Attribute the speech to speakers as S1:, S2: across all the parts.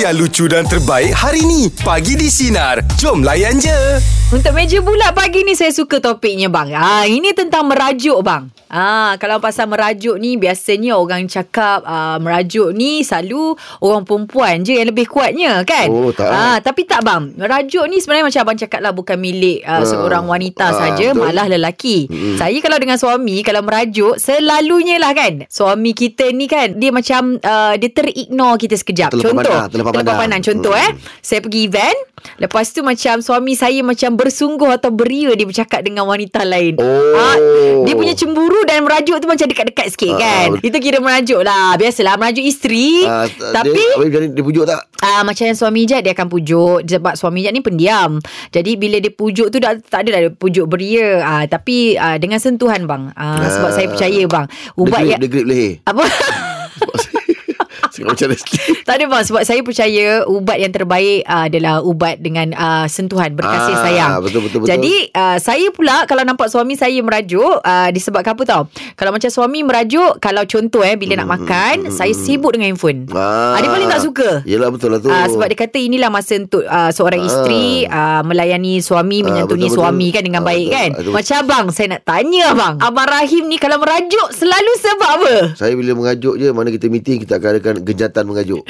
S1: yang lucu dan terbaik hari ni. Pagi di Sinar. Jom layan je.
S2: Untuk meja bulat pagi ni saya suka topiknya bang. Ah ini tentang merajuk bang. Ah kalau pasal merajuk ni biasanya orang cakap ah, merajuk ni selalu orang perempuan je yang lebih kuatnya kan.
S3: Oh, tak.
S2: Ah tapi tak bang. Merajuk ni sebenarnya macam abang cakap lah bukan milik ah, seorang wanita
S3: ah,
S2: saja
S3: betul.
S2: malah lelaki. Saya kalau dengan suami kalau merajuk selalunya lah kan. Suami kita ni kan dia macam ah, dia terignore kita sekejap.
S3: Terlepas
S2: Contoh.
S3: pandang, lah, terlepas pandang.
S2: Contoh
S3: Hmm.
S2: eh saya pergi event Lepas tu macam suami saya macam bersungguh atau beria dia bercakap dengan wanita lain
S3: Oh.
S2: Ah, Dia punya cemburu dan merajuk tu macam dekat-dekat sikit
S3: Ah,
S2: kan
S3: betul.
S2: Itu kira merajuk lah Biasalah merajuk isteri
S3: Ah,
S2: Tapi
S3: dia, dia, dia pujuk tak?
S2: Ah macam yang suami Jad dia akan pujuk sebab suami Jad ni pendiam. Jadi bila dia pujuk tu dah tak ada dah pujuk beria. Ah tapi ah, dengan sentuhan bang. Ah, sebab
S3: Ah.
S2: saya percaya bang.
S3: Dia
S2: Ubat
S3: grip,
S2: ya
S3: dia grip leher.
S2: apa
S3: Sebab macam dia
S2: Tak ada bang sebab saya percaya ubat yang terbaik uh, adalah ubat dengan uh, sentuhan berkasih
S3: Ah,
S2: sayang.
S3: betul, betul, betul.
S2: Jadi uh, saya pula kalau nampak suami saya merajuk uh, disebabkan apa tau? Kalau macam suami merajuk kalau contoh eh
S3: Hmm,
S2: bila nak makan saya sibuk dengan handphone. Ah, dia paling tak suka.
S3: Yelah betul lah tu
S2: Ah, sebab dia kata inilah masa untuk ah, seorang
S3: Ah.
S2: isteri ah, melayani suami,
S3: Ah,
S2: menyantuni
S3: betul, betul.
S2: suami kan dengan
S3: Ah,
S2: baik
S3: betul.
S2: kan.
S3: Betul.
S2: Macam abang, saya nak tanya abang. Abang Rahim ni kalau merajuk selalu sebab apa?
S3: Saya bila mengajuk je Mana kita meeting Kita akan adakan Genjatan mengajuk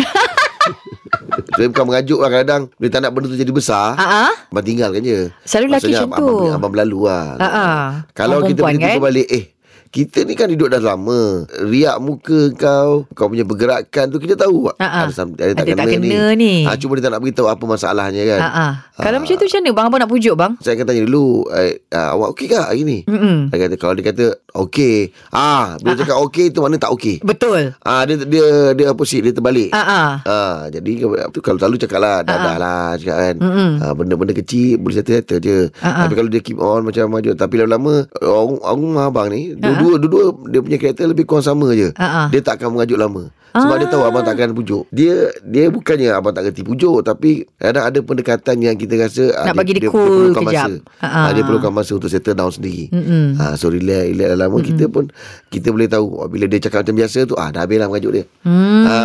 S3: Saya bukan mengajuk lah kadang-kadang Bila tak nak benda tu jadi besar
S2: Ah, ah.
S3: Abang tinggalkan je
S2: Selalu lelaki
S3: Maksudnya,
S2: macam
S3: abang,
S2: tu.
S3: abang, abang berlalu lah
S2: Ah, ah.
S3: Kalau
S2: Orang
S3: kita
S2: perempuan,
S3: beritahu
S2: kan?
S3: balik Eh kita ni kan hidup dah lama Riak muka kau Kau punya pergerakan tu Kita tahu
S2: Ah, ah.
S3: Ada, some- ada tak
S2: Ada
S3: kena,
S2: tak kena ni.
S3: Ah, Cuma dia tak nak beritahu Apa masalahnya kan
S2: Ah, ah. Kalau macam tu macam mana bang abang nak pujuk bang?
S3: Saya akan tanya dulu eh, ah, Awak okey ke hari ni
S2: Mm-mm.
S3: Dia kata kalau dia kata okey. Ah, bila cakap okey tu mana tak okey.
S2: Betul.
S3: Ah dia dia dia opposite dia terbalik.
S2: Ah ah.
S3: Ah jadi tu kalau selalu cakap lah dah dah lah cakap kan.
S2: Mm-mm.
S3: Ah, benda-benda kecil boleh settle-settle je.
S2: Hmm, Ah, ah.
S3: Tapi kalau dia keep on macam maju tapi lama-lama orang orang rumah abang ni dua-dua dua-dua dia punya karakter lebih kurang sama je.
S2: Ah, ah.
S3: Dia tak akan mengajuk lama. Sebab dia tahu abang takkan pujuk. Dia dia bukannya abang tak reti pujuk tapi kadang ada pendekatan yang kita rasa ah,
S2: Nak bagi dia cool
S3: perlukan
S2: kejap.
S3: masa.
S2: Ah,
S3: Ah, dia
S2: ah.
S3: perlukan perlukan masa untuk settle down sendiri.
S2: Mm-mm.
S3: Ha, so relax, relax lama Mm-mm. kita pun kita boleh tahu oh, bila dia cakap macam biasa tu ah dah habislah mengajuk dia.
S2: Hmm.
S3: Ha,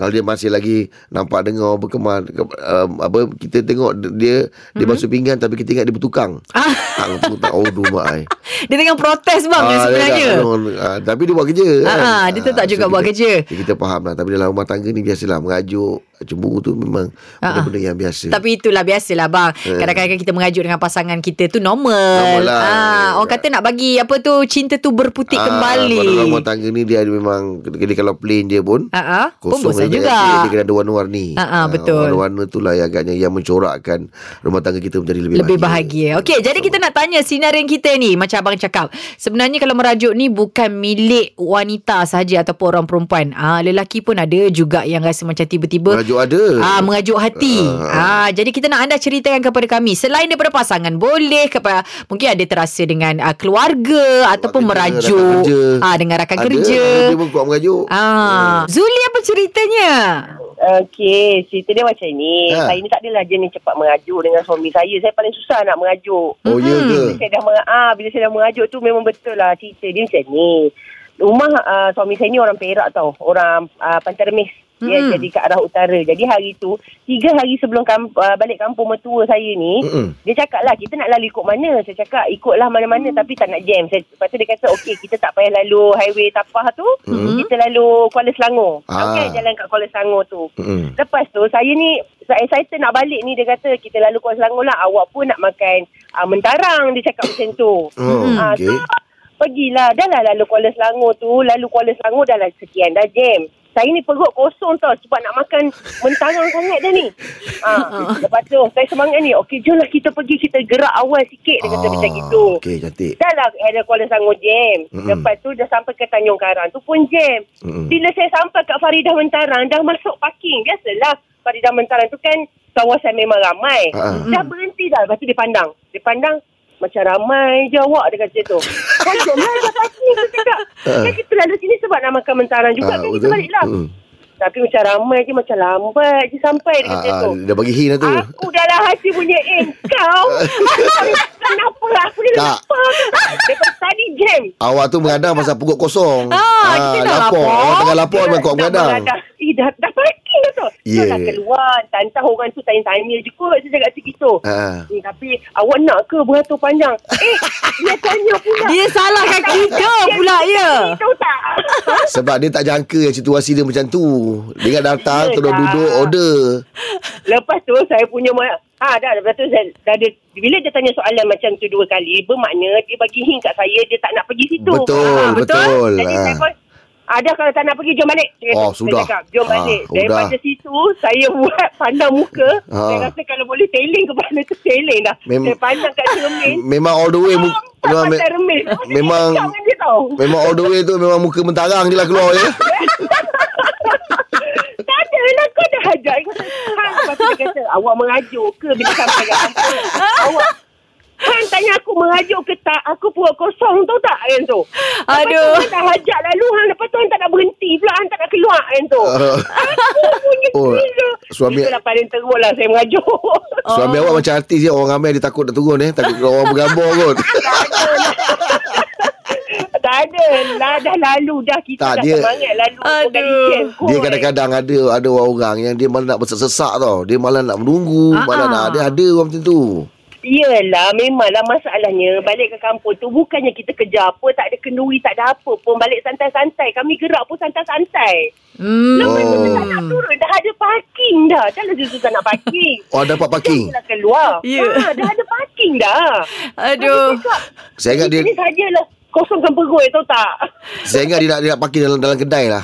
S3: kalau dia masih lagi nampak dengar berkeman ke- um, apa kita tengok dia dia basuh pinggan tapi kita ingat dia bertukang.
S2: Ah.
S3: Tak bertukang. Oh dumak ai.
S2: Dia tengah protes bang yang
S3: Ah, dia
S2: sebenarnya.
S3: tak- ah, tapi dia buat kerja
S2: Ah, ah, dia tetap juga
S3: so
S2: buat
S3: kita-
S2: kerja.
S3: Kita faham lah Tapi dalam rumah tangga ni Biasalah mengajuk Cemburu tu memang
S2: Ah, ah.
S3: Benda-benda yang biasa
S2: Tapi itulah biasalah bang. Kadang-kadang kita mengajuk dengan pasangan kita tu normal.
S3: Eh. Normal lah.
S2: Ah, orang kata nak bagi apa tu cinta tu berputik
S3: Ah,
S2: kembali.
S3: Kalau dalam rumah tangga ni Dia ada memang Dia kalau plain je pun
S2: Ah, ah. Pun
S3: Kosong
S2: bosan
S3: dia
S2: juga.
S3: Dia, dia kena ada warna-warni
S2: Ah, ah, betul.
S3: Warna-warna tu lah yang agaknya Yang mencorakkan Rumah tangga kita menjadi lebih,
S2: Lebih bahagia. Okey, jadi kita nak tanya sinarin kita ni macam abang cakap. Sebenarnya kalau merajuk ni bukan milik wanita saja ataupun orang perempuan. Ah, lelaki pun ada juga yang rasa macam tiba-tiba
S3: Merajuk ada
S2: Ah mengajuk hati. Ah jadi kita nak anda ceritakan kepada kami selain daripada pasangan boleh kepada mungkin ada terasa dengan ah, keluarga ataupun
S3: kerja,
S2: merajuk
S3: rakan kerja.
S2: ah dengan rakan
S3: Ada,
S2: kerja.
S3: Dia pun kuat mengajuk
S2: Ah Zuli apa ceritanya?
S4: Okey, cerita dia macam ni.
S3: Ha.
S4: Ha. Saya ni tak adalah jenis cepat mengajuk dengan suami saya. Saya paling susah nak mengajuk.
S3: Oh ya ke
S4: Bila saya dah meng- ah, bila saya dah mengajuk tu memang betul lah cerita dia macam ni. Rumah ah, suami saya ni orang Perak tau. Orang ah, Pantai Remis. Ya,
S3: Hmm.
S2: Mm-mm.
S4: jadi ke arah utara. Jadi hari tu, tiga hari sebelum kamp- ah, balik kampung mertua saya ni,
S3: Mm-mm.
S4: dia cakap lah kita nak lalu ikut mana. Saya cakap ikutlah mana-mana tapi tak nak jam. Saya, lepas tu dia kata okey kita tak payah lalu highway tapah tu.
S2: Hmm.
S4: Kita lalu Kuala Selangor.
S3: Ah.
S4: Ah. Okey jalan kat Kuala Selangor tu.
S3: Mm-mm.
S4: Lepas tu saya ni saya excited nak balik ni dia kata kita lalu Kuala Selangor lah awak pun nak makan uh, mentarang dia cakap macam tu.
S3: Oh
S4: Ah,
S3: okay
S4: so, pergilah dah lah lalu Kuala Selangor tu lalu Kuala Selangor dah lah sekian dah jam. Saya ni perut kosong tau sebab nak makan mentarang sangat dah ni. Ah, lepas tu saya semangat ni. Okey jomlah kita pergi kita gerak awal sikit dia
S3: Ah.
S4: kata macam gitu.
S3: Okay cantik
S4: Dah lah area Kuala Selangor jam.
S3: Mm-mm.
S4: Mm-hmm. Lepas tu dah sampai ke Tanjung Karang tu pun jam.
S3: Mm-mm.
S4: Mm-hmm. Bila saya sampai kat Faridah Mentarang, dah masuk parking. Biasalah Faridah Mentarang tu kan kawasan memang ramai.
S3: Ah.
S4: Dah berhenti dah. Lepas tu dia pandang. Dia pandang macam ramai je awak dia kata macam tu. Kacau lah kat parking tu cakap. Kan kita lalu sini sebab nak makan mentarang
S3: Ah,
S4: juga kan kita
S3: betul.
S4: balik lah.
S3: Mm.
S4: Tapi macam ramai je macam lambat je sampai dia kata
S3: Ah, ah,
S4: tu.
S3: Dia bagi hint lah tu
S4: Aku dalam hati punya Eh kau Kenapa Aku ni
S3: Tak.
S4: kenapa Daripada tadi jam
S3: Awak tu mengadang pasal perut kosong
S2: Ah, kita dah lapar.
S3: Orang tengah lapar memang kuat mengadang
S4: Eh, Dah, dah, dah, dah parking dah tu Yeah.
S3: Ya.
S4: Taklah keluar. Tantah orang tu tanya-tanya je kot. Saya cakap macam gitu.
S3: Ha.
S4: Eh, tapi awak nak ke beratur panjang? Eh, dia tanya pula.
S2: Dia salahkan kita pula ya.
S4: Dia tahu tak?
S3: Sebab dia tak jangka yang situasi dia macam tu. Dia kan datang,
S4: Ya,
S3: terus
S4: dah.
S3: duduk, order.
S4: Lepas tu saya punya ma- ha dah lepas tu saya dah ada bila dia tanya soalan macam tu dua kali bermakna dia bagi hint kat saya dia tak nak pergi situ.
S3: Betul,
S4: ha,
S3: betul.
S4: Jadi
S3: Ha.
S4: saya pun ada kalau tak nak pergi jom balik. Dia
S3: Oh,
S4: kata-
S3: sudah.
S4: Saya cakap jom
S3: Ha,
S4: balik.
S3: sudah.
S4: Daripada situ saya buat pandang muka.
S3: Ha.
S4: Saya rasa kalau boleh teling kepala tu teling dah.
S3: Mem-
S4: saya pandang kat cermin.
S3: Memang all the way. Mu-
S4: memang
S3: memang, me-
S4: cermin.
S3: memang-
S4: Dia cakap dengan dia tau.
S3: memang all the way tu memang muka mentarang je lah keluar ya.
S4: Tak ada lah kau dah ajak Kau tak- Han lepas tu dia kata Awak mengajuk ke Bila sampai kat kampung Awak Han tanya aku mengajuk ke tak Aku perut kosong tau tak Yang tu Lepas tu,
S2: Aduh.
S4: Han dah ajak lalu Han lepas tu Han tak nak berhenti pula Han tak nak keluar Yang tu
S3: Ah.
S4: Aku punya
S3: Oh,
S4: gila
S3: suami-
S4: Itulah paling teruk lah Saya mengajuk
S3: Suami
S4: Oh.
S3: awak macam artis je Orang ramai dia takut nak turun eh Takut kalau orang bergambar kot
S4: Tak ada lah Dah lalu dah Kita
S3: Tak,
S4: dah
S3: dia-
S4: semangat lalu Bukan
S2: Aduh.
S4: weekend kot.
S3: Dia kadang-kadang ada Ada orang yang Dia malah nak bersesak tau Dia malah nak menunggu
S2: Ah,
S3: Malah
S2: ah.
S3: nak Dia ada orang macam tu
S4: Yelah, memanglah masalahnya balik ke kampung tu bukannya kita kerja apa, tak ada kenduri, tak ada apa pun. Balik santai-santai. Kami gerak pun santai-santai.
S2: Hmm.
S4: Lepas
S3: Oh.
S4: tu kita tak nak turun, dah ada parking dah. Dah lah susah nak parking.
S3: Oh dapat parking
S4: Dah keluar.
S2: Ya.
S4: Ha, dah ada parking dah.
S2: Aduh.
S3: Saya ingat dia
S4: Kita ni sajalah kosongkan perut tau tak?
S3: Saya ingat dia nak, dia nak parking dalam, dalam kedai lah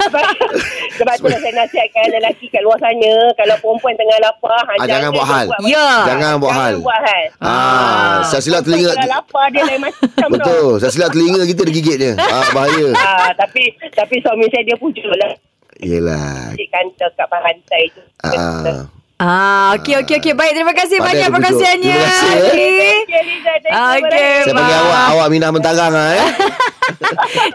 S4: Sebab, sebab tu lah saya nasihatkan lelaki kat luar sana. Kalau perempuan tengah lapar, ha,
S3: Ah, jangan buat hal.
S2: Ya.
S3: Jangan buat hal.
S4: Jangan buat hal.
S3: Ah, saya silap telinga
S4: Kalau lapar dia lain macam tau.
S3: Betul Saya silap telinga kita Dia gigit je ah, Bahaya
S4: Ah, tapi tapi suami saya dia pujuk lah
S3: Yelah
S4: di kantor kat pantai tu.
S3: ah, ah.
S2: Ah, okey okey okey. Baik, terima kasih banyak
S3: Pandai dia pujuk.
S2: perkongsiannya.
S3: Terima kasih, eh.
S2: Okey.
S4: Thank you, Liza. Thank you.
S2: Okey.
S4: Bye-bye.
S3: Saya panggil
S2: Bye.
S3: awak Awak Minah Mentarang lah eh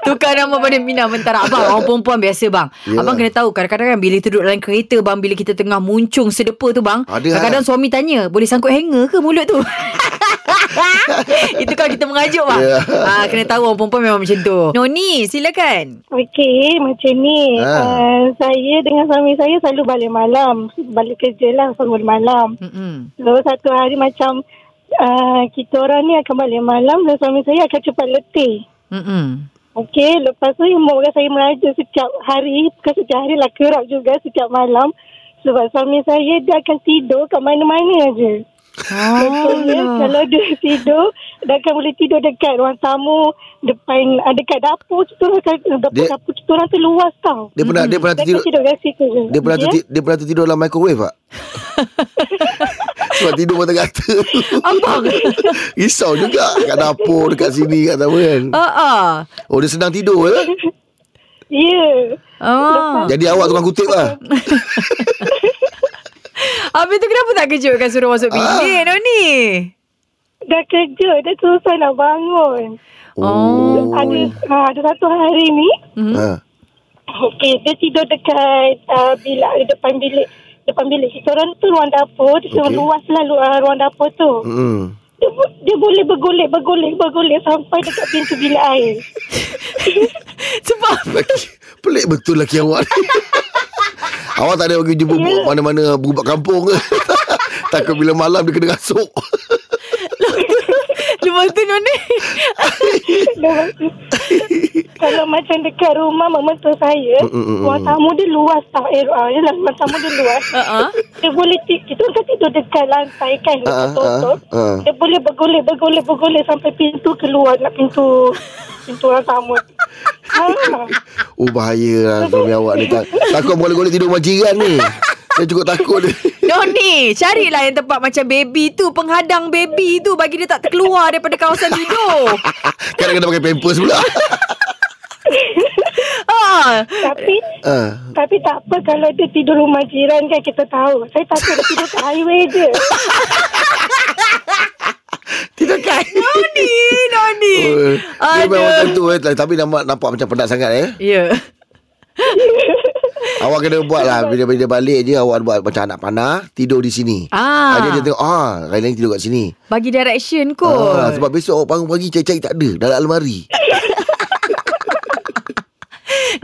S2: Tukar nama pada Mina Mentara Abang Orang perempuan biasa bang
S3: Yelah.
S2: Abang kena tahu Kadang-kadang kan Bila duduk dalam kereta bang Bila kita tengah muncung Sedepa tu bang
S3: Ada, eh.
S2: Kadang-kadang suami tanya Boleh sangkut hanger ke mulut tu Itu kalau kita mengajuk bang
S3: Ya.
S2: ah, Kena tahu orang perempuan memang macam tu Noni silakan
S5: Okey, macam ni.
S3: Ha.
S5: Ha. Uh, saya dengan suami saya selalu balik malam. Balik kerja lah bangun malam.
S2: Mm-mm.
S5: So, satu hari macam uh, kita orang ni akan balik malam dan suami saya akan cepat letih.
S2: Mm-mm.
S5: Okey, lepas tu mak orang saya meraja setiap hari. Bukan setiap hari lah, kerap juga setiap malam. Sebab suami saya dia akan tidur kat mana-mana aja. Contohnya
S2: Alah.
S5: kalau dia tidur dia akan boleh tidur dekat ruang tamu depan ah, dekat dapur kita orang kan- dapur
S3: Dia-
S5: dapur kita orang tu luas tau.
S3: Dia pernah Dia pernah
S5: Dia akan
S3: tertidur
S5: tidur kat situ je.
S3: Dia pernah
S5: Ya?
S3: tertidur Dia pernah tertidur dalam microwave pak Sebab tidur mata-kata
S2: Abang
S3: Risau juga Kat dapur Dekat sini Kat apa kan
S2: Ah, ah.
S3: Oh dia sedang tidur eh?
S5: Ya.
S2: Ah.
S3: Jadi awak tukang kutip lah
S2: Habis tu kenapa tak kejutkan Suruh masuk
S3: Ah.
S2: bilik Noni
S5: Dah kerja dia susah nak bangun.
S2: Oh.
S5: Ada ha, ada satu hari ni
S4: Hmm.
S3: ha.
S5: okey dia tidur dekat uh, bilik depan bilik depan bilik kita orang tu ruang dapur
S3: Okey.
S5: dia okay. luas lalu uh, ruang dapur tu.
S3: Mm.
S5: Dia, bo- dia boleh bergolek bergolek bergolek sampai dekat pintu bilik air.
S2: Sebab
S3: Laki, pelik betul laki awak ni Awak tak ada pergi jumpa
S2: Ya.
S3: bu- mana-mana bubat kampung ke Takut bila malam dia kena rasuk
S2: Lepas tu Noni
S5: Lepas tu, Kalau macam dekat rumah mak mentua saya
S3: Mm, mm, mm,
S5: Ruang tamu dia luas tau Eh ah, yelah ruang tamu dia luas
S2: Ah, ah.
S5: Dia boleh ti- Kita kan tidur dekat lantai kan
S3: Ah, ah,
S5: Kita tutup
S3: ah, ah.
S5: Dia boleh bergolek bergolek bergolek Sampai pintu keluar Nak pintu Pintu orang tamu ha.
S3: Oh bahaya lah suami awak ni tak, Takut boleh-boleh tidur rumah jiran ni Saya cukup takut dia
S2: Noni Carilah yang tempat macam baby tu Penghadang baby tu Bagi dia tak terkeluar Daripada kawasan tidur
S3: Kadang kena pakai pampers pula
S2: ah.
S5: Tapi
S3: ha.
S5: Tapi tak apa Kalau dia tidur rumah jiran kan Kita tahu Saya takut dia tidur kat highway je
S3: Tidur kan
S2: Noni Noni
S3: Oh, Dia memang macam
S2: Aduh
S3: tu eh. Tapi nampak, nampak macam penat sangat eh
S2: Ya
S3: Awak kena buat lah Bila bila balik je Awak buat macam anak panah Tidur di sini
S2: Ah.
S3: Dia, dia tengok Ah Raina ni tidur kat sini
S2: Bagi direction kot
S3: ah, Sebab besok awak bangun pagi Cari-cari tak ada Dalam almari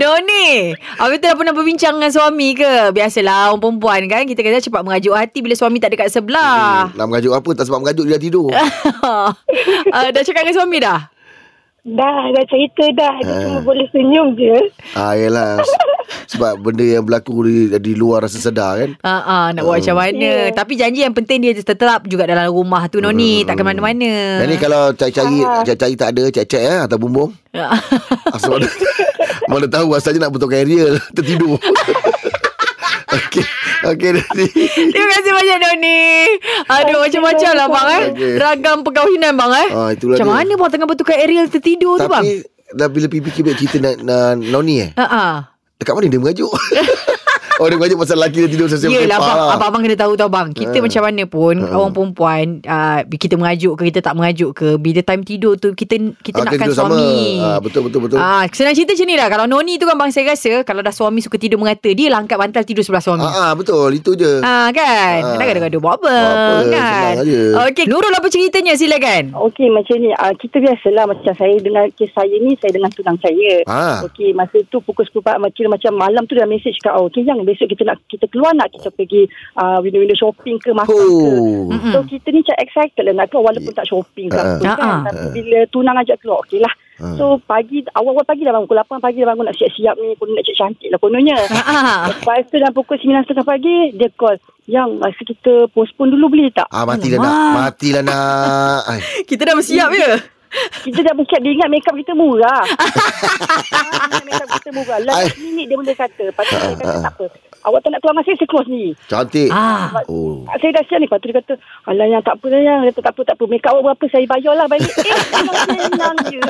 S2: Noni Habis tu dah pernah berbincang dengan suami ke Biasalah orang perempuan kan Kita kata cepat merajuk hati Bila suami tak dekat sebelah
S3: Nak mengajuk apa Tak sebab mengajuk dia dah tidur
S2: uh, Dah cakap dengan suami dah
S5: Dah, dah cerita dah. Dia
S3: Ah.
S5: cuma boleh senyum je.
S3: ah, Yelah Se- Sebab benda yang berlaku di, di luar rasa sedar kan
S2: Ah, ah, nak buat macam mana
S5: Ya.
S2: Tapi janji yang penting Dia tetap juga dalam rumah tu
S3: Hmm.
S2: Noni Takkan mana-mana
S3: Dan ni kalau cari-cari
S2: Ah.
S3: Cari-cari tak ada Cek-cek eh, Atau bumbung
S2: Ya.
S3: Asal mana, mana tahu Asalnya nak betulkan area Tertidur Okey Okey nanti
S2: Terima kasih banyak Noni Aduh macam-macam lah bang eh
S3: Okey.
S2: Ragam perkahwinan bang eh
S3: Ah, itulah
S2: Macam
S3: dia.
S2: mana bang tengah bertukar aerial tertidur tu bang
S3: Tapi Dah bila fikir balik cerita na, na, Noni eh
S2: Ah, ah.
S3: Dekat mana dia mengajuk Oh dia mengajuk pasal lelaki dia tidur Sesiap
S2: Yelah
S3: lepak
S2: abang,
S3: lah.
S2: abang, abang kena tahu tau bang Kita
S3: Eh.
S2: macam mana pun Orang perempuan uh, Kita mengajuk ke Kita tak mengajuk ke Bila time tidur tu Kita kita
S3: Ah,
S2: nakkan
S3: tidur sama.
S2: suami
S3: Ah, betul, betul, betul.
S2: Ah, Senang cerita macam ni lah Kalau Noni tu kan bang Saya rasa Kalau dah suami suka tidur mengata Dia lah angkat bantal tidur sebelah suami
S3: Ah, ah, betul itu je
S2: Ah kan
S3: Ah.
S2: Nak gaduh-gaduh buat apa,
S3: Buat apa,
S2: kan
S3: senang aja.
S2: Okey Nurul apa ceritanya silakan
S5: Okey macam ni uh, Kita biasalah Macam saya dengan Kes saya ni Saya dengan tunang saya
S3: Ah.
S5: Okey masa tu Pukul 10 pagi macam, macam malam tu Dia message kat oh, Okey yang besok kita nak Kita keluar nak Kita pergi uh, Window-window shopping ke Makan ke
S3: Oh
S5: So
S2: Hmm.
S5: kita ni macam excited lah nak keluar walaupun tak shopping ke
S3: Ah.
S5: apa kan.
S2: Ah.
S5: Tapi bila tunang ajak keluar okey lah.
S3: Ah.
S5: So pagi awal-awal pagi dah bangun pukul 8 pagi dah bangun nak siap-siap ni konon nak cek cantik lah kononnya.
S2: Ah.
S5: Lepas tu dalam pukul 9.30 pagi dia call yang masa kita postpone dulu boleh tak?
S3: Ah matilah nak
S2: Alamak.
S3: Matilah nak Ay.
S2: Kita dah bersiap ya
S5: Kita dah bersiap dia ingat makeup kita murah. Ah, makeup kita murah. Last minit dia boleh kata. Lepas tu saya kata tak apa. Awak tak nak keluar dengan saya, saya keluar sendiri.
S3: Cantik
S2: Ah.
S3: Oh
S5: Saya dah siap ni Lepas tu dia kata Alah yang tak apa lah yang Dia kata tak apa tak apa Make up awak berapa Saya bayar lah balik Eh memang senang je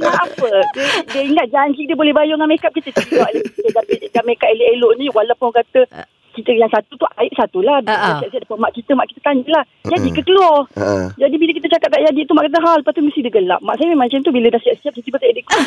S5: Ingat apa dia, dia ingat janji dia boleh bayar dengan make up kita Tidak Kita dah, dah make up elok-elok ni Walaupun orang kata kita yang satu tu aib satu lah.
S2: Ah, ah.
S5: Uh-uh. Siap-siap depan mak kita, mak kita tanya lah. Jadi ke keluar.
S3: Ah.
S5: Jadi bila kita cakap kat Yadi tu, mak kata hal. Lepas tu mesti dia gelap. Mak saya memang macam tu. Bila dah siap-siap, tiba-tiba tak ada kau.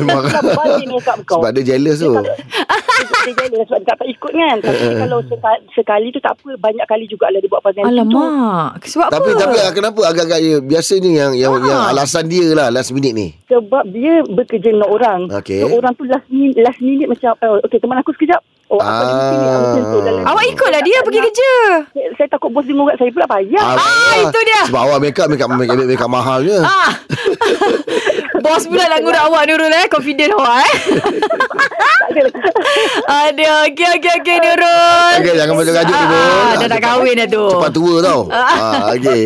S3: Memang
S5: Kenapa balik make up kau?
S3: Sebab dia jealous tu
S5: Dia jealous sebab dia tak dapat ikut kan. Tapi
S3: Eh.
S5: dia kalau sekali, sekali tu tak apa. Banyak kali jugalah dia buat pasal
S2: Alamak Sebab
S3: Tapi
S2: apa
S3: tapi ah, kenapa agak-agak dia biasanya yang yang,
S2: Ah.
S3: yang alasan dia lah last minute ni.
S5: Sebab dia bekerja dengan orang.
S3: Okey.
S5: So, orang tu last minute, last minute macam, oh, okay, teman aku sekejap. Oh, apa
S3: Ah.
S5: dia meeting ni? Ah, macam tu. Dalam-
S2: Awak ikutlah dia pergi kerja
S5: Saya, saya takut bos dia ngorak saya pula payah.
S3: Alamak.
S2: Ah, itu dia.
S3: Ah, Sebab awak make up make up make up, make up mahalnya.
S2: Ah. Bos pula lah ngurak awak Nurul eh Confident awak eh
S5: Tak
S3: Ah.
S5: ada lah.
S2: Ada Okey okey okey Nurul
S3: Okey, jangan baju-baju,
S2: Ah,
S3: Nurul.
S2: ah, Dah nak kahwin dah tu
S3: Cepat tua tau. ah okey.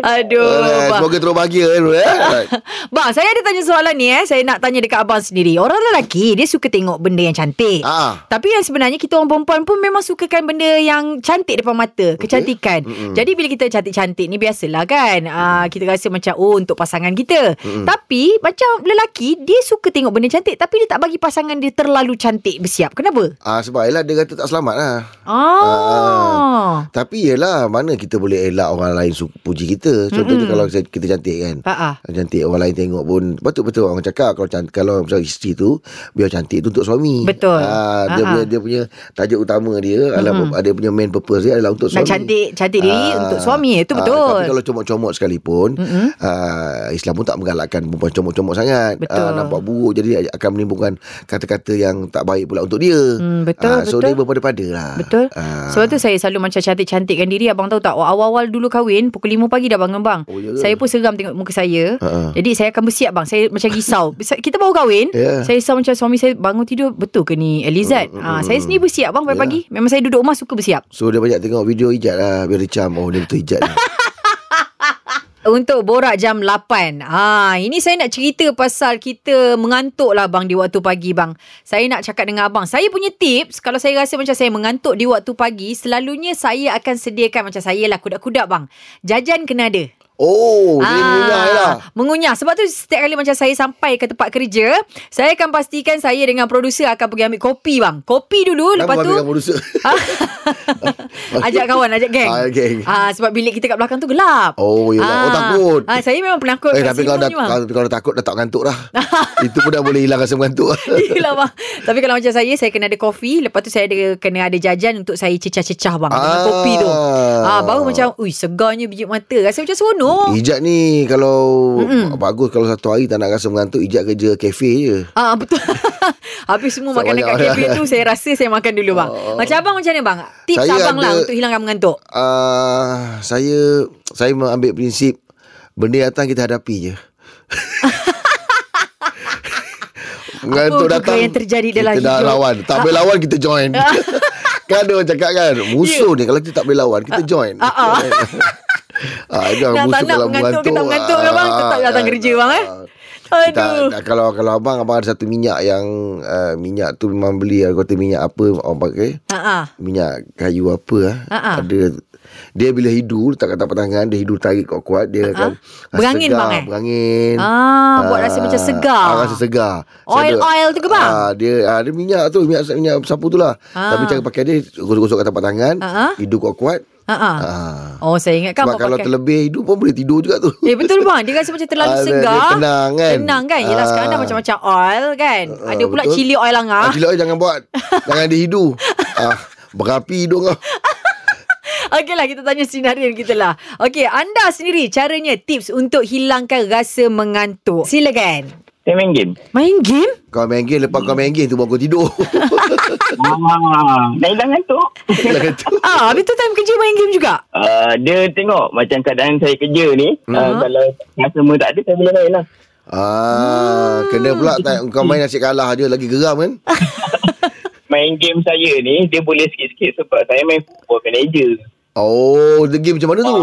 S2: Aduh
S3: Alright,
S2: bang.
S3: Semoga terus bahagia eh. Nurul, eh. Alright.
S2: Bang saya ada tanya soalan ni eh Saya nak tanya dekat abang sendiri Orang lelaki Dia suka tengok benda yang cantik
S3: Ah.
S2: Tapi yang sebenarnya kita orang perempuan pun memang sukakan benda yang cantik depan mata, kecantikan. Mm-hmm. Jadi bila kita cantik-cantik ni biasalah kan. Uh, kita rasa macam oh untuk pasangan kita. Mm-hmm. Tapi macam lelaki dia suka tengok benda cantik tapi dia tak bagi pasangan dia terlalu cantik bersiap. Kenapa?
S3: Ah sebab ialah dia kata tak selamat lah.
S2: Ah.
S3: Tapi ialah mana kita boleh elak orang lain su- puji kita. Contohnya mm-hmm. kalau saya- kita cantik kan.
S2: Ha ah.
S3: Cantik orang lain tengok pun Betul betul orang cakap Kalau cantik, kalau macam isteri tu Biar cantik tu untuk suami
S2: Betul.
S3: Ah, dia,
S2: Ah,
S3: punya,
S2: ah.
S3: dia punya tajuk utama dia mm-hmm. adalah, Dia punya main purpose dia adalah untuk
S2: Nak
S3: suami
S2: cantik cantik diri
S3: Ah,
S2: untuk suami. Itu
S3: ah,
S2: betul. Mhm.
S3: Tapi kalau comot-comot sekalipun mm-hmm. Islam pun tak menggalakkan Perempuan comot-comot sangat
S2: Betul.
S3: Ah, Nampak buruk Jadi akan menimbulkan Kata-kata yang tak baik pula untuk dia
S2: Hmm, betul,
S3: Ah, So
S2: betul.
S3: dia berpada-pada lah
S2: Betul
S3: Ah.
S2: Sebab tu saya selalu macam cantik-cantikkan diri Abang tahu tak Awal-awal dulu kahwin Pukul 5 pagi dah bangun bang
S3: Oh, Ah, ya ke?
S2: Saya pun seram tengok muka saya
S3: Ha-ha.
S2: Jadi saya akan bersiap bang Saya macam risau Sa- Kita baru kahwin
S3: Ya. Mm,
S2: Saya risau macam suami saya Bangun tidur betul ke ni Elizad ha, Saya sendiri bersiap bang Pagi-pagi
S3: Ya.
S2: Memang saya duduk rumah suka bersiap
S3: So dia banyak tengok video hijab lah Biar dia cam Oh dia betul hijab ni
S2: Untuk borak jam 8 ha, Ini saya nak cerita pasal Kita mengantuk lah bang Di waktu pagi bang Saya nak cakap dengan abang Saya punya tips Kalau saya rasa macam saya mengantuk Di waktu pagi Selalunya saya akan sediakan Macam saya lah Kudak-kudak bang Jajan kena ada
S3: Oh dia
S2: Ah.
S3: mudah lah
S2: Mengunyah. Sebab tu setiap kali macam saya sampai ke tempat kerja, saya akan pastikan saya dengan producer akan pergi ambil kopi bang. Kopi dulu
S3: Kenapa
S2: lepas tu
S3: ambilkan producer?
S2: Ajak kawan, ajak geng.
S3: Ah, geng.
S2: Ah, sebab bilik kita kat belakang tu gelap.
S3: Oh,
S2: Ah.
S3: ya. Oh, takut.
S2: Ah, saya memang penakut.
S3: Eh,
S2: kat
S3: tapi
S2: situ
S3: kalau dah,
S2: ni, bang.
S3: kalau, kalau dah takut dah tak ngantuk dah. Itu pun dah boleh hilang rasa mengantuk.
S2: Yelah bang Tapi kalau macam saya Saya kena ada kopi Lepas tu saya ada Kena ada jajan Untuk saya cecah-cecah bang Dengan
S3: Ah.
S2: kopi tu ah, Baru macam Ui segarnya biji mata Rasa macam seronok
S3: Ijat ni kalau bagus kalau satu hari tak nak rasa mengantuk, Ijat kerja kafe je.
S2: Ah betul. Habis semua
S3: Tak
S2: makanan kat
S3: banyak
S2: kafe
S3: orang.
S2: tu saya rasa saya makan dulu bang. Macam abang macam mana bang? Tips
S3: Oh. Saya
S2: abang lah
S3: ada-
S2: untuk hilangkan mengantuk.
S3: Uh, saya saya mengambil prinsip benda yang datang kita hadapi je. Mengantuk
S2: juga
S3: datang
S2: yang terjadi dalam
S3: kita dah
S2: hidup?
S3: lawan. Tak boleh lawan kita join. kan ada orang cakap kan musuh
S2: Ya.
S3: ni kalau kita tak boleh lawan kita join. Ah, ah. Ah,
S2: Nak tak nak mengantuk ke tak mengantuk ke bang? Tetap datang kerja bang
S3: ah,
S2: eh. Aduh.
S3: Tak, tak, kalau kalau abang abang ada satu minyak yang uh, minyak tu memang beli aku kata minyak apa orang pakai
S2: Ha ah.
S3: minyak kayu apa ah.
S2: Ha-ha.
S3: Ada dia bila hidu letak kat tapak tangan dia hidu tarik kuat-kuat dia akan ah,
S2: Berangin,
S3: segar,
S2: bang, eh?
S3: berangin.
S2: Ah, buat rasa macam segar.
S3: Ah, rasa segar.
S2: Oil- oil tu ke, bang?
S3: Ah, dia ah, dia minyak tu minyak minyak sapu tu lah.
S2: Ah.
S3: Tapi cara pakai dia gosok-gosok kat tapak tangan,
S2: Ha-ha.
S3: hidu kuat-kuat.
S2: Ha ah.
S3: Ah.
S2: Oh saya ingat kan
S3: Sebab
S2: abang
S3: kalau
S2: pakai.
S3: terlebih hidu pun boleh tidur juga tu.
S2: Eh betul bang Dia rasa macam terlalu
S3: Ah, dia-
S2: segar
S3: dia tenang, kan?
S2: Tenang kan Yelah
S3: Ah.
S2: sekarang dah macam-macam oil kan
S3: Ah,
S2: Ada pula
S3: betul.
S2: cili oil
S3: Ah,
S2: langah
S3: Cili oil jangan buat. jangan ada hidu. Ah, berapi hidung kau.
S2: Okey lah kita tanya sinarian kita lah Okey anda sendiri Caranya tips untuk hilangkan rasa mengantuk Silakan
S6: Saya main game.
S2: Main game?
S3: Kau main game lepas kau main game tu baru kau tidur.
S6: Ah, nak hilang ngantuk.
S3: Lah kata.
S2: Ah, habis tu time kerja main game juga?
S6: Ah, dia tengok macam keadaan saya kerja ni. Ah, kalau customer tak ada, saya boleh main lah.
S3: Ah, kena pula tak, kau main asyik kalah je lagi geram kan?
S6: Main game saya ni, dia boleh sikit-sikit sebab saya main football manager.
S3: Oh, the game macam mana
S6: Ah.
S3: tu?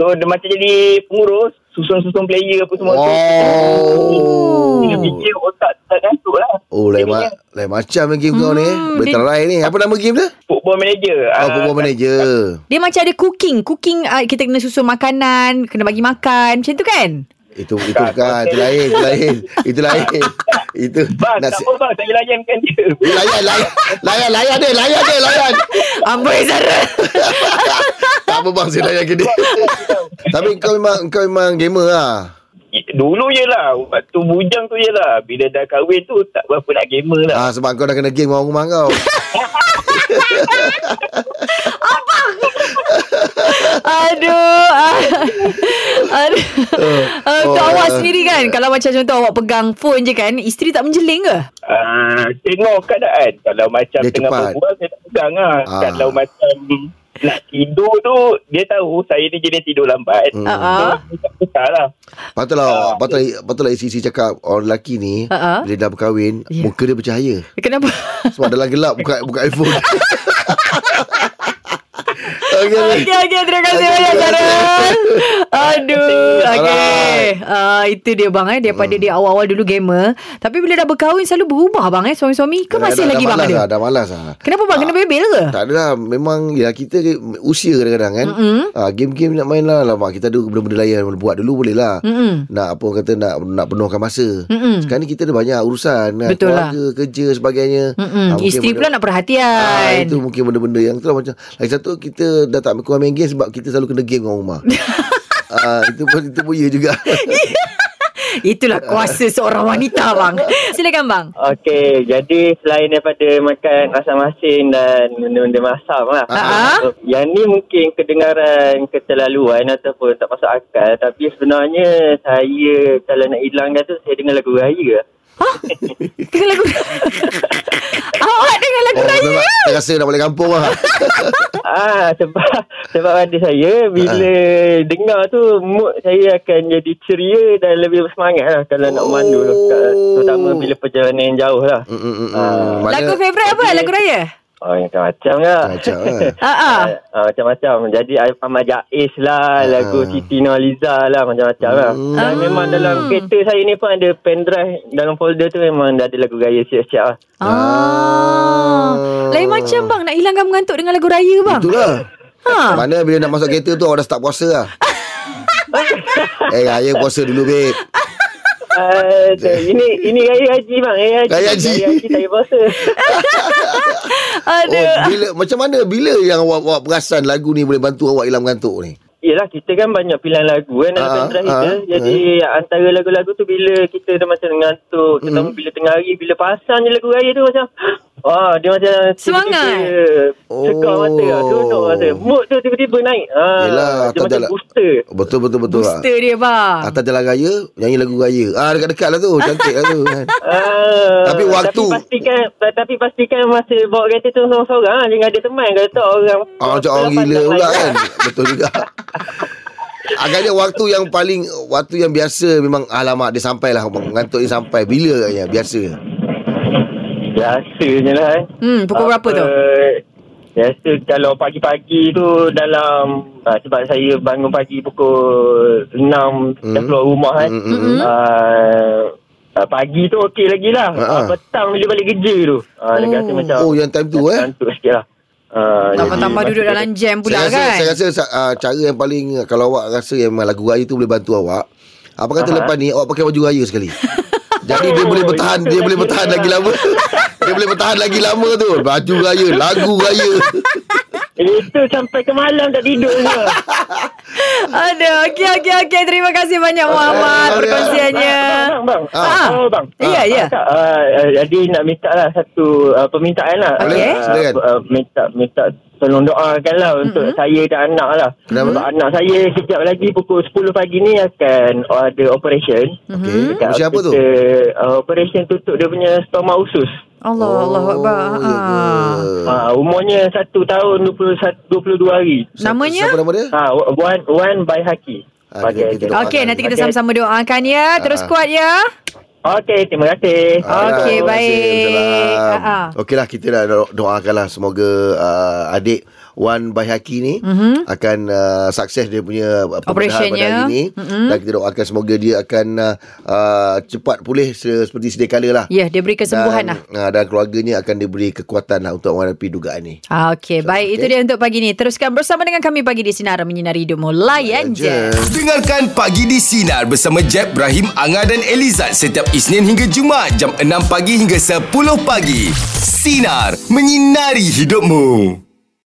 S6: So, dia macam jadi pengurus, susun-susun player apa semua tu.
S3: Oh.
S6: Dia fikir otak tak ngantuk lah.
S3: Oh, lain,
S6: Dia
S3: ma-
S6: punya
S3: lain macam main game kau ni. Boleh
S2: dia-
S3: try ni. Apa nama game tu?
S6: Football manager.
S3: Oh,
S6: Ah,
S3: Football Manager.
S2: Dia macam ada cooking Cooking uh, kita kena susun makanan Kena bagi makan Macam tu kan?
S3: Itu itu bukan, itu lain, itu lain. Itu lain. Itu
S6: Bang,
S3: nak
S6: tak
S3: si-
S6: apa bang, saya layankan dia.
S3: layan, layan, layan, layan dia, layan dia, layan.
S2: Amboi Zara
S3: tak apa bang, saya layan ke dia. Tapi kau memang kau memang gamer lah.
S6: Dulu je lah, waktu bujang tu je lah. Bila dah kahwin tu, tak berapa nak gamer lah.
S3: Ah, sebab kau dah kena game orang rumah kau.
S2: Aduh ah. Aduh uh, Untuk
S3: Oh,
S2: awak
S3: eh.
S2: sendiri kan Kalau macam contoh awak pegang phone je kan Isteri tak menjeling ke?
S6: Ah, tengok keadaan. Kalau macam
S3: Dia
S6: dia tengah
S3: cepat.
S6: cepat. berbual, saya tak pegang lah.
S3: Ah.
S6: Ah. Kalau macam nak tidur tu, dia tahu saya ni jenis tidur lambat.
S3: Hmm.
S2: Ha ah.
S6: So, tak besar lah.
S3: Patutlah, patutlah, patutlah isi-isi cakap orang lelaki ni
S2: Ha-ha.
S3: bila dah berkahwin,
S2: Ya.
S3: muka dia bercahaya.
S2: Kenapa?
S3: Sebab dalam gelap buka buka iPhone. Okey. Ya, okey.
S2: Okey okey terima kasih banyak Zara. Aduh okey. Uh, itu dia bang eh daripada
S3: Hmm.
S2: dia awal-awal dulu gamer tapi bila dah berkahwin selalu berubah bang eh suami-suami ke
S3: Dah-
S2: masih
S3: dah-
S2: lagi
S3: dah
S2: bang
S3: malas
S2: ada?
S3: Lah, dah malas lah.
S2: Kenapa bang kena bebel ke?
S3: Tak ada lah. Memang ya, kita usia kadang-kadang kan.
S2: Mm-mm.
S3: Ha, game-game nak main lah. Lama kita ada benda-benda lain yang boleh buat dulu boleh lah.
S2: Mm-mm.
S3: Nak apa orang kata nak nak penuhkan masa.
S2: Mm-mm.
S3: Sekarang ni kita ada banyak urusan. Kan?
S2: Betul lah.
S3: Keluarga, kerja sebagainya.
S2: Mm-mm.
S3: Ah, mungkin
S2: Isteri
S3: benda-
S2: pula nak
S3: Ah,
S2: perhatian.
S3: itu mungkin benda-benda yang tu lah macam lagi satu kita dah tak kurang main game sebab kita selalu kena game dengan rumah. Ah, itu pun itu pun ya juga.
S2: Itulah kuasa seorang wanita bang. Silakan bang.
S6: Okey, jadi selain daripada makan asam asin dan benda-benda masam lah.
S3: Ah,
S2: Ha-ha.
S6: Yang ni mungkin kedengaran keterlaluan ataupun tak masuk akal. Tapi sebenarnya saya kalau nak hilangkan tu, saya dengar lagu raya.
S2: Dengar lagu Awak dengar lagu
S3: Oh,
S2: raya
S3: memang terasa nak balik kampung lah.
S6: Ah sebab sebab ada saya bila dengar tu mood saya akan jadi ceria dan lebih bersemangat lah kalau nak
S3: Oh.
S6: mandu kat- terutama bila perjalanan yang jauh lah.
S3: Mm, mm, mm,
S6: Ah.
S3: mm. Mana-
S2: Lagu favourite apa lagu raya?
S6: Oh yang macam lah.
S3: Macam lah.
S2: Ah ah.
S6: Ah, ah, macam-macam. Jadi Ahmad Jais lah, lagu Siti Nurhaliza lah macam-macam lah. Dan memang dalam kereta saya ni pun ada pendrive dalam folder tu memang dah ada lagu gaya siap-siap lah.
S3: Oh.
S2: Ah. Lain macam bang nak hilangkan mengantuk dengan lagu raya bang.
S3: Itulah.
S2: Ha.
S3: lah. Mana bila nak masuk kereta tu orang dah start puasa lah. eh raya puasa dulu babe.
S6: Ah, tu, ini ini raya haji bang. Raya haji.
S3: Raya haji.
S6: Raya haji tak payah puasa.
S3: Oh,
S2: Aduh.
S3: bila, macam mana bila yang awak, awak perasan lagu ni boleh bantu awak hilang kantuk ni?
S6: Yelah kita kan banyak pilihan lagu kan dalam
S3: Ah,
S6: pendrive
S3: ah,
S6: kita. Jadi antara lagu-lagu tu bila kita dah macam ngantuk,
S3: Hmm.
S6: mm. terutama bila tengah hari, bila pasang je lagu raya tu macam Wah, dia macam
S2: Semangat.
S6: tiba-tiba Cekar
S3: Oh.
S6: mata lah, Seronok mata Mood tu tiba-tiba naik
S3: Yelah,
S6: ah,
S3: lah.
S6: Dia
S3: tak
S6: macam
S3: jalan.
S6: booster
S3: Betul betul betul. lah.
S2: Booster dia bang.
S3: Atas jalan raya Nyanyi lagu raya Ah dekat-dekat lah tu Cantik lah tu kan
S6: Ah,
S3: Tapi waktu-
S6: tapi pastikan tapi pastikan masa bawa kereta tu seorang-seorang jangan ada teman kalau tak orang
S3: Ah, Macam orang
S6: pandang
S3: gila
S6: lain.
S3: pula kan Betul juga Agaknya waktu yang paling Waktu yang biasa Memang alamak Dia sampailah Ngantuk dia sampai Bila agaknya Biasa
S6: Biasanya lah eh.
S2: Hmm, pukul berapa tu?
S6: Eh, Biasa kalau pagi-pagi tu dalam ah, sebab saya bangun pagi pukul 6 mm. dah
S3: Hmm.
S6: keluar rumah kan.
S3: Mm,
S6: Mm.
S3: mm, mm.
S6: Uh, pagi tu okey lagi lah.
S3: Ha, ha.
S6: Uh, petang bila balik kerja tu. Uh,
S2: Oh.
S6: oh. rasa macam
S3: Oh yang time tu eh
S6: Kantuk sikit lah. Uh,
S2: Tambah-tambah duduk dalam jam pula
S3: saya rasa,
S2: kan.
S3: Saya rasa sa- ah, cara yang paling Kalau awak rasa yang memang lagu raya tu boleh bantu awak Apa kata
S6: Aha.
S3: lepas ni Awak pakai baju raya sekali Jadi dia boleh bertahan Dia boleh bertahan lagi lama Dia boleh bertahan lagi lama tu Baju raya Lagu raya
S6: Itu sampai ke malam tak tidur semua.
S2: Ada. Okey okey okey. Terima kasih banyak Muhammad
S3: Okey,
S2: perkongsiannya.
S6: Ya. Bang, bang, bang.
S3: Ah.
S6: Oh, bang.
S2: Ya, ya.
S6: Ah, tak, ah, ah, jadi nak minta lah satu ah, permintaan lah.
S2: Okey.
S6: Ah,
S3: Silakan.
S6: ah, minta, minta tolong doakan lah untuk saya dan anak lah.
S3: Kenapa?
S6: Sebab anak saya sekejap lagi pukul 10 pagi ni akan ada operation.
S2: Mm-hmm.
S3: Okey
S6: Dekat
S3: Siapa tu
S6: hospital, ah, operation tutup dia punya stoma usus.
S2: Allah Allah Akbar.
S3: ya
S2: Ah.
S3: ke?
S6: Ah, umurnya 1 tahun 21, 22 hari.
S2: Namanya?
S3: Siapa nama dia?
S6: Ah, Wan, Wan by Haki.
S3: Ah,
S6: Pakai
S3: kita- kita-
S6: dia.
S2: Okey, nanti kita
S6: Okey.
S2: sama-sama doakan ya. Terus
S3: Ah.
S2: kuat ya.
S6: Okey, terima kasih.
S3: Alah,
S2: Okey,
S3: terima
S2: baik.
S3: kasih. Salam.
S2: Ha, ha.
S3: Okeylah kita dah do- doakanlah semoga uh, adik Wan Baihaki ni mm-hmm. akan uh, sukses dia punya uh, pembedahan pada
S2: Operationnya.
S3: hari ni mm-hmm. dan kita doakan semoga dia akan uh, uh, cepat pulih se- seperti sedia kala lah.
S2: Ya, dia beri kesembuhan
S3: dan,
S2: lah.
S3: Uh, dan keluarganya akan diberi kekuatan lah untuk menghadapi dugaan ni.
S2: Ah, Okey, baik. Itu dia untuk pagi ni. Teruskan bersama dengan kami pagi di Sinar Menyinari Hidupmu. Layan je.
S1: Dengarkan Pagi di Sinar bersama Jeb, Ibrahim, Anga dan Elizad setiap Isnin hingga Jumaat jam 6 pagi hingga 10 pagi. Sinar. Menyinari hidupmu.